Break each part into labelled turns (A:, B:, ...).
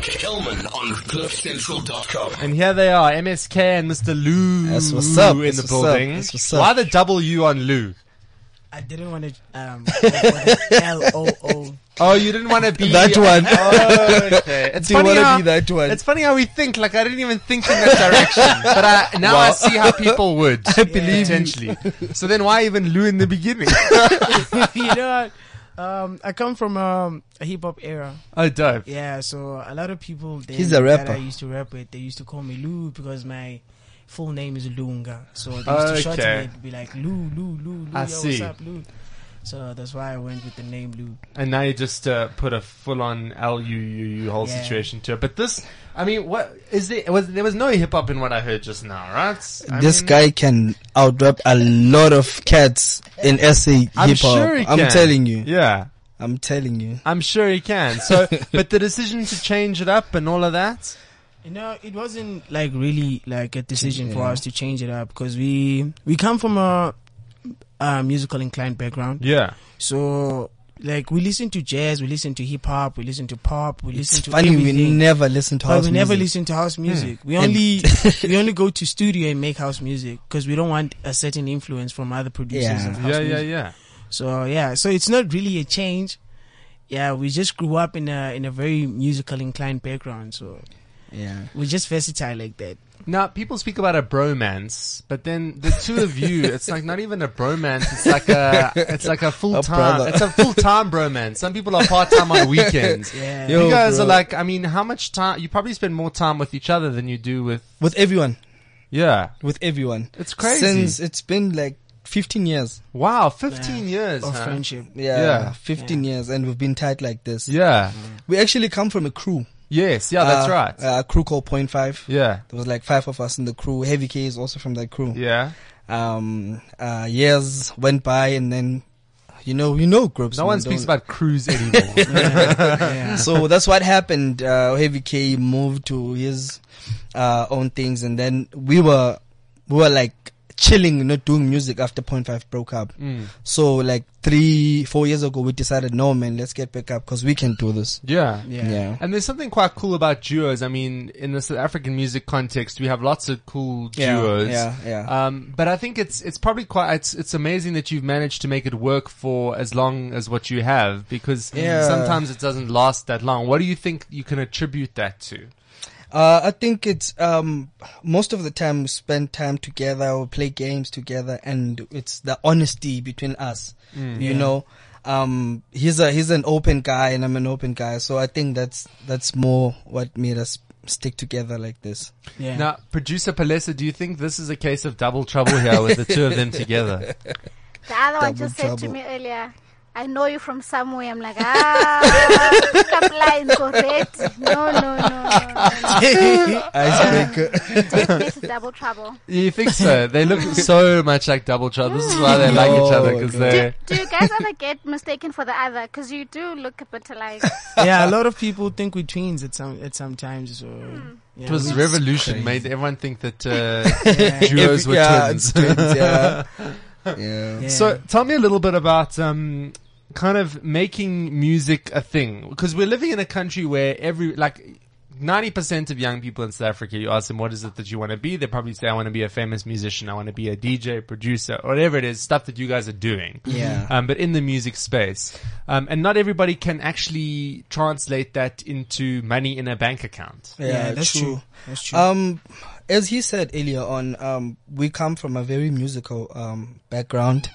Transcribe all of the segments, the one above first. A: Kelman on CliffCentral.com.
B: And here they are, MSK and Mr. Lou
C: That's what's up,
B: in
C: that's
B: the
C: what's up,
B: building.
C: that's what's up.
B: Why the W on Lou?
D: I didn't want to um L O O.
B: Oh, you didn't want to be
C: That one.
B: Oh, okay. It's
C: Do you
B: funny
C: want to
B: how-
C: be that one?
B: It's funny how we think. Like I didn't even think in that direction, but I, now I
C: Wow.
B: see how people would I
D: believe you.
B: potentially. So then, why even Lou in the beginning?
D: you know, what? um, I come from um, a hip hop era.
B: oh, dope.
D: Yeah, so a lot of people they,
C: He's a
D: that
C: rapper.
D: I used to rap with, they used to call me Lou because my full name is Lunga. So they used to short
B: Okay.
D: me and be like Lou, Lou, Lou, Lou.
B: I
D: yo,
B: see.
D: What's up, Lou? So that's why I went with the name Lou.
B: And now you just uh, put a full on L U U U whole
D: Yeah.
B: situation to it. But this, I mean, what is there? Was there was no hip hop in what I heard just now, right? I
C: this
B: mean-
C: guy can outrap a lot of cats in SA hip hop.
B: I'm sure he
C: I'm
B: can.
C: telling you.
B: Yeah,
C: I'm telling you.
B: I'm sure he can. So, but the decision to change it up and all of that.
D: You know, it wasn't like really like a decision for us to change it up because we we come from a, a musical inclined background.
B: Yeah.
D: So like we listen to jazz, we listen to hip hop, we listen to pop, we listen
C: It's
D: to
C: funny we
D: everything.
C: never listen to
D: but
C: house
D: we
C: music.
D: never
C: Hmm.
D: listen to house music. We
C: And-
D: only we only go to studio and make house music because we don't want a certain influence from other producers
C: Yeah.
D: of house
B: Yeah, yeah,
D: music.
B: yeah.
D: So yeah, so it's not really a change. Yeah, we just grew up in a in a very musical inclined background, so
C: Yeah.
D: we're just versatile like that.
B: Now people speak about a bromance, but then the two of you, it's like not even a bromance. It's like a, it's like a full time.
C: brother.
B: It's a full time bromance. Some people are part time on weekends.
D: Yeah.
C: Yo,
B: you guys
C: bro.
B: are like, I mean, how much time? You probably spend more time with each other than you do with.
C: With everyone.
B: Yeah,
C: With everyone.
B: it's crazy.
C: Since it's been like 15 years.
B: wow, fifteen years.
D: of
B: huh?
D: friendship.
C: Yeah.
B: Yeah.
C: 15 years and we've been tight like this.
B: Yeah.
C: We actually come from a crew.
B: Yes. Yeah, that's
C: Uh,
B: right.
C: A crew called Point Five.
B: yeah.
C: There was like five of us in the crew. Heavy K is also from that crew.
B: Yeah.
C: Um, uh, years went by and then, you know, you know groups.
B: No
C: man,
B: one speaks
C: don't-
B: about crews anymore.
D: yeah.
C: so that's what happened. Uh, Heavy K moved to his uh, own things, and then we were we were like chilling, not doing music after Point Five broke up.
B: Mm.
C: So like three, four years ago, we decided, no man, let's get back up because we can do this.
B: Yeah.
D: Yeah.
C: Yeah,
B: And there's something quite cool about duos. I mean, in the South African music context, we have lots of cool
C: Yeah,
B: duos.
C: yeah, yeah.
B: Um, but I think it's it's probably quite it's it's amazing that you've managed to make it work for as long as what you have because
C: Yeah.
B: sometimes it doesn't last that long. What do you think you can attribute that to?
C: Uh, I think it's um, most of the time we spend time together or play games together, and it's the honesty between us. You know, um, he's a he's an open guy, and I'm an open guy, so I think that's that's more what made us stick together like this.
D: Yeah.
B: Now, producer Palesa, do you think this is a case of double trouble here with the two of them together?
E: The other
C: Double
E: one just said to
C: trouble.
E: me earlier, I know you from somewhere. I'm like, ah, pick up lines already. No, no, no,
C: Icebreaker.
E: no. Definitely double trouble.
B: You think so? They look so much like double trouble. This is why they like each
C: Oh,
B: other because they.
E: Do, do you guys ever get mistaken for the other? Because you do look a bit alike.
D: yeah, a lot of people think we're twins at some at some times. So
C: Hmm.
D: yeah,
B: It was
D: we-
B: revolution, made everyone think that uh,
D: Yeah.
B: duos were
C: yeah,
B: twins.
C: it's twins, yeah. yeah.
D: Yeah.
B: So tell me a little bit about um, kind of making music a thing because we're living in a country where every like. 90% of young people in South Africa, you ask them, what is it that you want to be? They probably say, I want to be a famous musician. I want to be a DJ, producer, whatever it is, stuff that you guys are doing.
C: Yeah.
B: Um, but in the music space. Um, and not everybody can actually translate that into money in a bank account.
D: yeah, that's true. Uh, That's true.
C: Um, as he said earlier on, um, we come from a very musical um, background,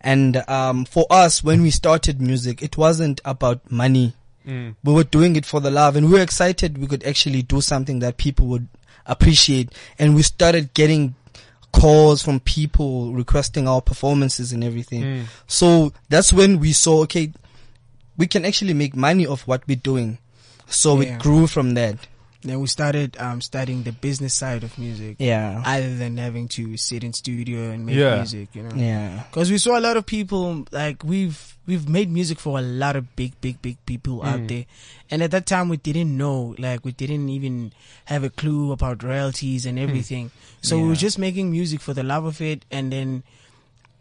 C: and um, for us, when we started music, it wasn't about money. We were doing it for the love, and we were excited we could actually do something that people would appreciate. And we started getting calls from people requesting our performances and everything. So that's when we saw, okay, we can actually make money off what we're doing. So
D: Yeah.
C: it grew from that.
D: then we started um studying the business side of music,
C: Yeah.
D: other than having to sit in studio and make
B: Yeah.
D: music. You know,
C: Yeah.
D: because we saw a lot of people like we've we've made music for a lot of big big big people out there and at that time we didn't know like we didn't even have a clue about royalties and everything so we were just making music for the love of it and then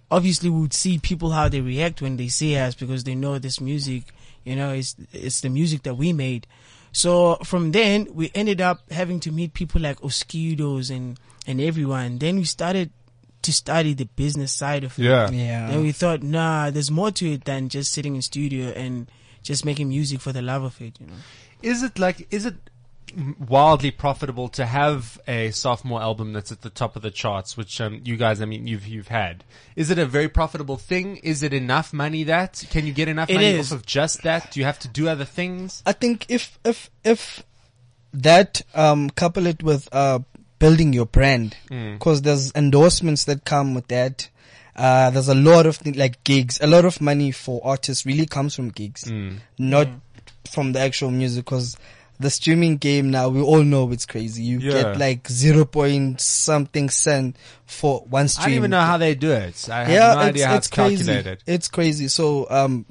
D: obviously we would see people how they react when they see us because they know this music you know it's it's the music that we made So from then we ended up having to meet people like Osquidos and and everyone. Then we started to study the business side of it.
B: Yeah.
C: Yeah.
D: Then we thought, nah, there's more to it than just sitting in studio and just making music for the love of it. You know.
B: Is it like is it wildly profitable to have a sophomore album that's at the top of the charts, which um, you guys, I mean, you've you've had? Is it a very profitable thing? Is it enough money that can you get enough
D: It
B: money
D: is.
B: off of just that? Do you have to do other things?
C: I think if if if that um couple it with uh building your brand
B: Hmm.
C: because there's endorsements that come with that. Uh, there's a lot of things like gigs. A lot of money for artists really comes from gigs,
B: Hmm.
C: not from the actual music. Because the streaming game now, we all know it's crazy. You
B: Yeah.
C: get like zero point something cent for one stream.
B: I don't even know how they do it. I have
C: yeah,
B: no
C: it's,
B: idea how
C: it's
B: it's,
C: crazy.
B: calculated.
C: It's crazy. So um,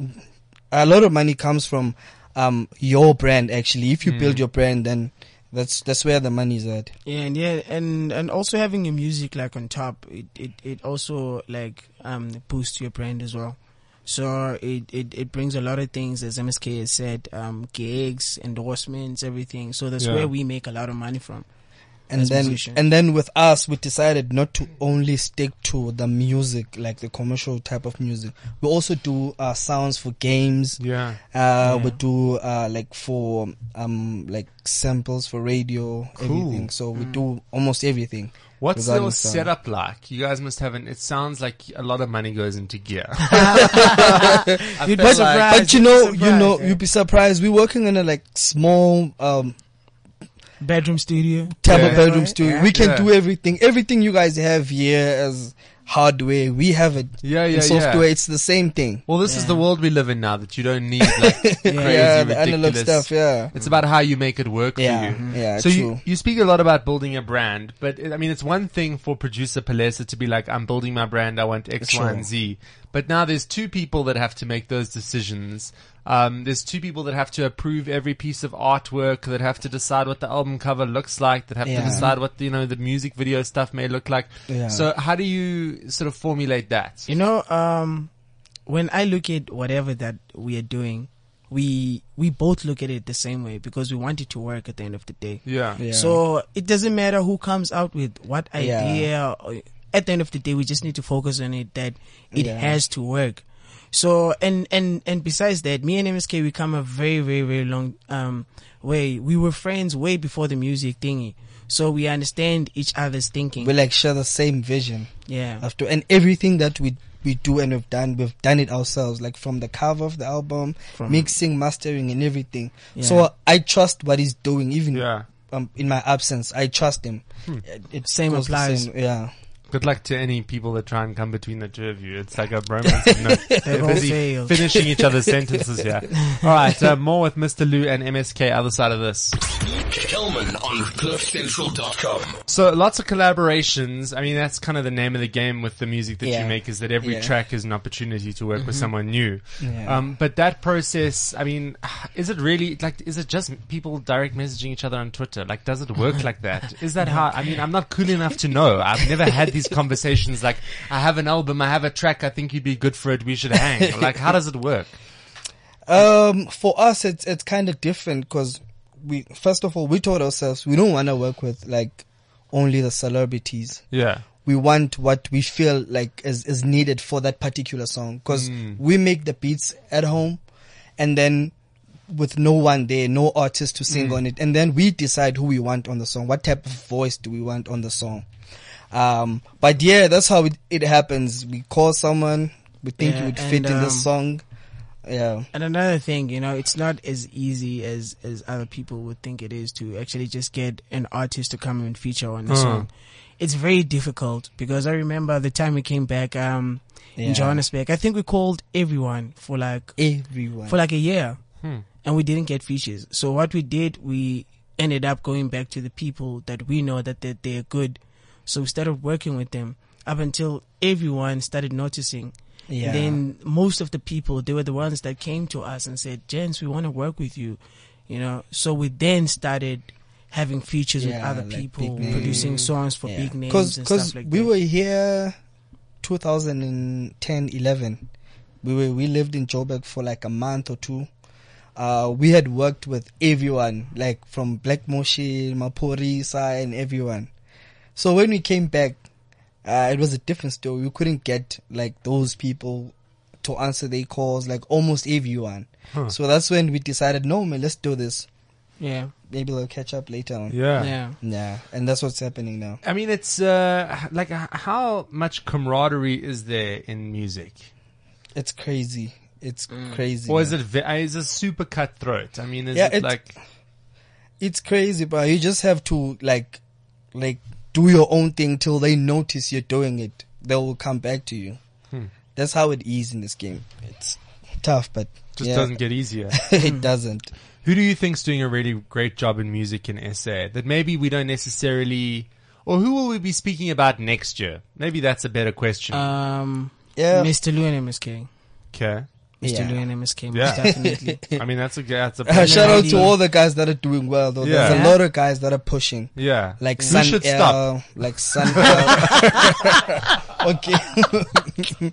C: a lot of money comes from um your brand actually. If you
B: Hmm.
C: build your brand, then that's that's where the money is at.
D: Yeah, and yeah, and and also having your music like on top, it it, it also like um boosts your brand as well. So it, it it brings a lot of things, as MSK has said, um gigs, endorsements, everything. So that's
B: Yeah.
D: where we make a lot of money from.
C: And
D: As
C: then
D: musician.
C: and then with us, we decided not to only stick to the music, like the commercial type of music. We also do uh, sounds for games.
B: Yeah.
C: Uh,
B: Hmm.
C: we
D: Yeah.
C: do uh, like for um like samples for radio, everything. So
B: Hmm.
C: we do almost everything.
B: What's
C: regarding
B: your
C: sound.
B: setup like? You guys must have an. It sounds like a lot of money goes into gear.
D: You'd
B: feel
D: be
B: like-
D: surprised.
C: But you know,
D: You'd be
C: you know,
D: surprised, yeah.
C: you'd be surprised. We're working in a like small um
D: bedroom studio.
C: type
B: Yeah.
C: of bedroom
D: Right,
C: studio.
D: yeah.
C: We can
B: Yeah.
C: do everything. Everything you guys have here as hardware, we have it.
B: Yeah, yeah,
C: in software.
B: yeah.
C: It's the same thing.
B: Well, this is
D: Yeah.
B: the world we live in now that you don't need like crazy,
C: yeah,
B: ridiculous
C: the analog stuff. Yeah,
B: It's about how you make it work
C: yeah,
B: for you.
C: yeah.
B: so
C: true.
B: you, you speak a lot about building a brand, but it, I mean, it's one thing for producer Palesa to be like, I'm building my brand. I want X,
C: Sure.
B: Y, and Z. But now there's two people that have to make those decisions. Um, there's two people that have to approve every piece of artwork, that have to decide what the album cover looks like, that have to
C: Yeah.
B: decide what, you know, the music video stuff may look like.
C: Yeah.
B: So how do you sort of formulate that?
D: You know, um, when I look at whatever that we are doing, we we both look at it the same way because we want it to work at the end of the day.
B: Yeah.
C: Yeah.
D: So it doesn't matter who comes out with what
C: Yeah.
D: idea. or- At the end of the day, we just need to focus on it that it
C: Yeah.
D: has to work. So and and and besides that, me and MSK we come a very very very long um way. We were friends way before the music thingy, so we understand each other's thinking.
C: we like share the same vision
D: yeah,
C: after, and everything that we we do and we've done, we've done it ourselves. Like from the cover of the album,
D: From-
C: mixing, mastering, and everything.
D: Yeah.
C: So I trust what he's doing, even
B: Yeah.
C: um, in my absence. I trust him. It, it
D: Same
C: goes the
D: applies.
C: yeah.
B: Good luck to any people that try and come between the two of you. It's like a romance. of notes. They're
D: all
B: busy
D: failed.
B: finishing each other's sentences here. All right, uh, more with Mr. Lou and MSK other side of this.
A: Kelman on CliffCentral.com.
B: So lots of collaborations. I mean, that's kind of the name of the game with the music that you
C: Yeah.
B: make is that every
C: Yeah. Mm-hmm.
B: track is an opportunity to work with someone new.
C: Yeah.
B: Um, but that process, I mean, is it really like, is it just people direct messaging each other on Twitter? Like, does it work like that? Is that how, I mean, I'm not cool enough to know. I've never had these conversations like, I have an album, I have a track, I think you'd be good for it, we should hang. Like, how does it work?
C: Um, for us, it's it's kind of different because we first of all we told ourselves we don't want to work with like only the celebrities.
B: Yeah.
C: We want what we feel like is is needed for that particular song because
D: Hmm.
C: we make the beats at home, and then with no one there, no artist to
D: Hmm.
C: sing on it, and then we decide who we want on the song. What type of voice do we want on the song? Um, but yeah, that's how it, it happens. We call someone we think
D: Yeah,
C: would
D: and,
C: fit in
D: um,
C: this song. Yeah.
D: And another thing, you know, it's not as easy as as other people would think it is to actually just get an artist to come and feature on the song. It's very difficult because I remember the time we came back um
C: Yeah.
D: in Johannesburg. I think we called everyone for like
C: everyone.
D: for like a year,
C: Hmm.
D: and we didn't get features. So what we did, we ended up going back to the people that we know that they they're good. So we started working with them up until everyone started noticing.
C: Yeah.
D: Then most of the people, they were the ones that came to us and said, "Gents, we want to work with you," you know. So we then started having features with
C: Yeah,
D: other
C: like
D: people,
C: big names.
D: producing songs for big names and stuff like
C: we
D: that.
C: were here 2010 11 we were we lived in joburg for like a month or two uh, we had worked with everyone, like from Black Moshi, Maporisa, and everyone. So when we came back, uh, it was a different story. We couldn't get like those people to answer their calls, like almost everyone. So that's when we decided, no man, let's do this.
D: Yeah.
C: Maybe they'll catch up later on.
B: Yeah.
D: Yeah.
C: Yeah, and that's what's happening now.
B: I mean, it's uh, like h- how much camaraderie is there in music,
C: It's crazy. It's
D: Mm.
C: crazy.
B: or is
C: man.
B: it ve- uh, is it super cutthroat? I mean, is
C: Yeah,
B: it,
C: it-
B: like
C: It's crazy, bro. You just have to like, like, do your own thing till they notice you're doing it. They will come back to you.
B: Hmm.
C: That's how it is in this game. It's tough, but
B: just
C: yeah,
B: doesn't get easier?
C: it doesn't.
B: Who do you think's doing a really great job in music in SA that maybe we don't necessarily, or who will we be speaking about next year? Maybe that's a better question.
C: Uh,
D: Um,
C: Yeah.
D: Mr. Lou and MSK.
B: okay,
D: Mr.
C: Yeah.
D: Lou and MSK,
B: Yeah.
D: most definitely.
B: I mean that's a that's a
C: Uh, shout out
D: Maybe-
C: to all the guys that are doing well, though. There's
B: Yeah.
C: a lot of guys that are pushing.
B: yeah.
C: Like
B: we
C: Sun
B: should
C: L,
B: stop.
C: like Sun L. okay. yeah,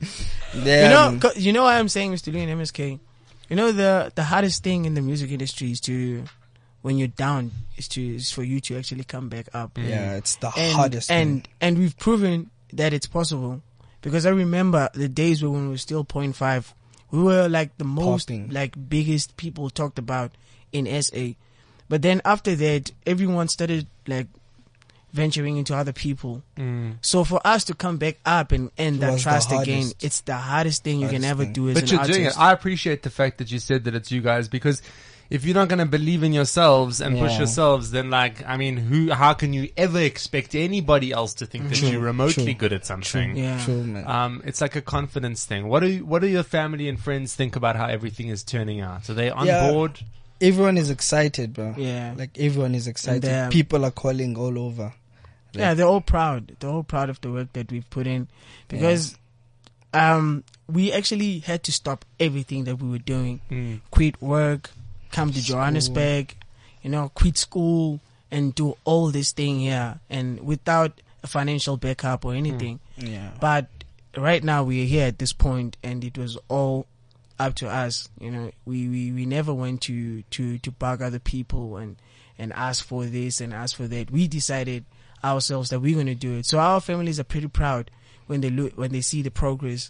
D: You know,
C: man.
D: co- you know why I'm saying Mr. Lou and MSK. You know the the hardest thing in the music industry is to when you're down is to is for you to actually come back up.
C: yeah, it's the
D: and,
C: hardest.
D: and
C: thing.
D: and we've proven that it's possible because I remember the days when we were still 0.5 we were like the most
C: Popping.
D: like biggest people talked about in SA but then after that everyone started like venturing into other people
B: Mm.
D: so for us to come back up and earn that
C: was the
D: trust again
C: hardest.
D: it's the hardest thing you can
C: Hardest
D: ever
C: thing.
D: do as
B: But
D: an
B: you're
D: artist
B: doing it. I appreciate the fact that you said that it's you guys because if you're not going to believe in yourselves and push
C: Yeah.
B: yourselves, then like, I mean, who? How can you ever expect anybody else to think that you're remotely
C: true,
B: good at something?
D: yeah
C: True, man.
B: Um, it's like a confidence thing. What do what do your family and friends think about how everything is turning out? Are they on
C: Yeah.
B: board?
C: everyone is excited, bro.
D: Yeah.
C: Like everyone is excited.
D: um,
C: People are calling all over.
D: yeah they're all proud they're all proud of the work that we've put in because um we actually had to stop everything that we were doing quit work come to johannesburg you know quit school and do all this thing here and without a financial backup or anything
C: Yeah.
D: but right now we are here at this point and it was all up to us you know we we, we never went to to to bug other people and and ask for this and ask for that we decided ourselves that we're going to do it so our families are pretty proud when they look when they see the progress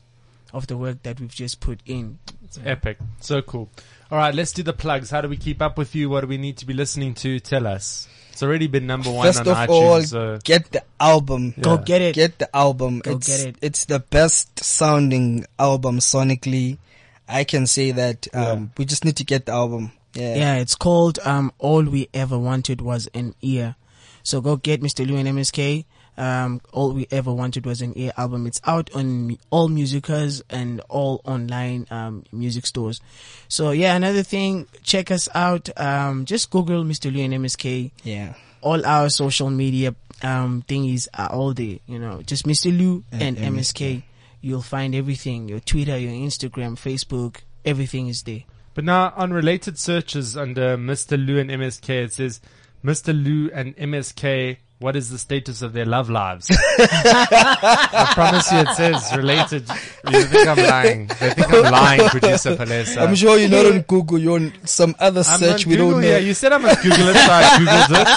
D: of the work that we've just put in
B: It's epic, so cool. All right, let's do the plugs. How do we keep up with you? What do we need to be listening to? Tell us. It's already been number one
C: First
B: on
C: of
B: iTunes.
C: all,
B: so
C: get the album.
B: Yeah.
D: go get it
C: Get the album.
D: Go
C: it's,
D: get it.
C: It's the best sounding album sonically. I can say that. Um, We just need to get the album. Yeah.
D: yeah it's called um all we ever wanted was an ear so go get mr lou and msk um all we ever wanted was an ear album it's out on mu- all musicas and all online um music stores so yeah another thing check us out um just google mr lou and msk
C: Yeah.
D: all our social media um thingies are all there you know just mr lou
C: And
D: and, msk you'll find everything your twitter your instagram facebook everything is there
B: But now on related searches under Mr. Lou and MSK, it says Mr. Lou and MSK. What is the status of their love lives? I promise you, it says related. You think I'm lying? They think I'm lying, producer Palesa.
C: I'm sure you're not on Google. You're on some other
B: I'm
C: search
B: on
C: we
B: Google
C: don't know.
B: here. You said I must Google it, so I googled it.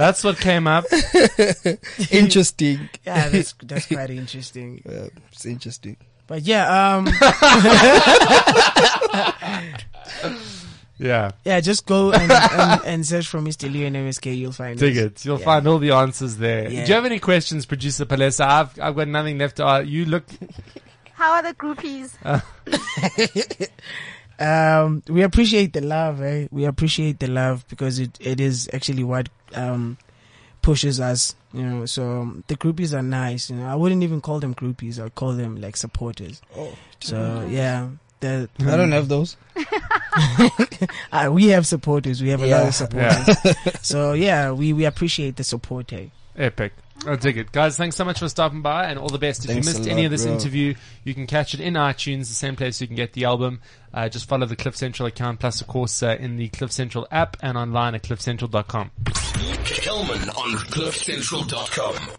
B: That's what came up.
C: interesting.
D: yeah that's that's quite interesting
C: Uh, it's interesting.
D: But yeah, um,
B: Yeah,
D: yeah, just go and, and, and search for Mr. Leo and MSK. You'll find
B: dig
D: us.
B: it. You'll find all the answers there.
D: Yeah.
B: Do you have any questions, producer Palesa? I've I've got nothing left to ask. You look
E: How are the groupies?
D: Um, we appreciate the love, eh? We appreciate the love because it, it is actually what um pushes us, you know. So um, the groupies are nice. You know, I wouldn't even call them groupies. I'd call them like supporters.
C: Oh,
D: So yeah, the
C: I don't have those.
D: uh, we have supporters. We have a lot
C: Yeah.
D: of supporters.
B: yeah.
D: So yeah, we we appreciate the support, eh?
B: Epic. I dig it. Guys, thanks so much for stopping by and all the best. If
C: Thanks
B: you
C: a
B: missed
C: lot,
B: any of this
C: bro.
B: interview, you can catch it in iTunes, the same place you can get the album. Uh, just follow the Cliff Central account, plus, of course, uh, in the Cliff Central app and online at cliffcentral.com.
A: Kelman on CliffCentral.com.